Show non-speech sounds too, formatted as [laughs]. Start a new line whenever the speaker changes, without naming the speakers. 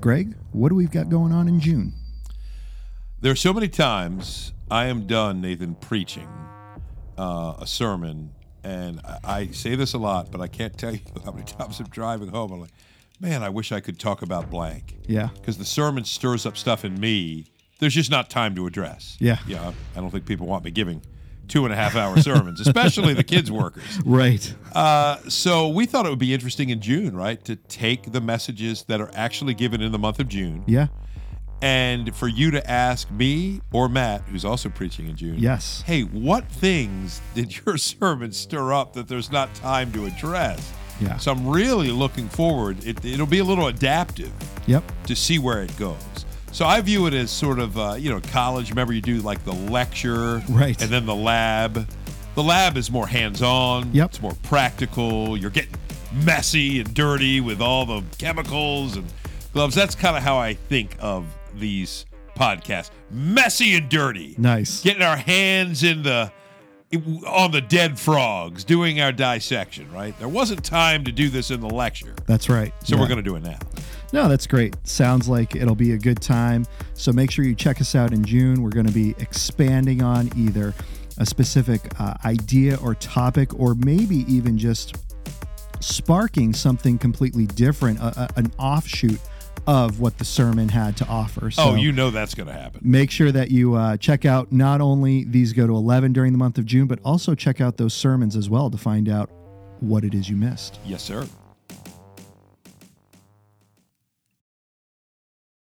Greg, what do we've got going on in June?
There are so many times I am done, Nathan, preaching uh, a sermon, and I, I say this a lot, but I can't tell you [laughs] how many times I'm driving home. I'm like, man, I wish I could talk about blank.
Yeah.
Because the sermon stirs up stuff in me. There's just not time to address.
Yeah.
Yeah. I don't think people want me giving two and a half hour sermons, especially the kids' workers.
Right.
Uh, so we thought it would be interesting in June, right, to take the messages that are actually given in the month of June
Yeah.
and for you to ask me or Matt, who's also preaching in June.
Yes.
Hey, what things did your [laughs] sermon stir up that there's not time to address?
Yeah.
So I'm really looking forward. It, it'll be a little adaptive
Yep.
to see where it goes. So I view it as sort of, uh, you know, college. Remember, you do like the lecture,
Right.
And then the lab. The lab is more hands-on.
Yep.
It's more practical. You're getting messy and dirty with all the chemicals and gloves. That's kind of how I think of these podcasts: messy and dirty.
Nice.
Getting our hands in the on the dead frogs, doing our dissection. Right. There wasn't time to do this in the lecture,
That's right.
so
Yeah.
we're going to do it now.
No, that's great. Sounds like it'll be a good time. So make sure you check us out in June. We're going to be expanding on either a specific uh, idea or topic, or maybe even just sparking something completely different, a, a- an offshoot of what the sermon had to offer. So
Oh, you know that's going to happen.
make sure that you uh, check out not only these go to 11 during the month of June, but also check out those sermons as well to find out what it is you missed.
Yes, sir.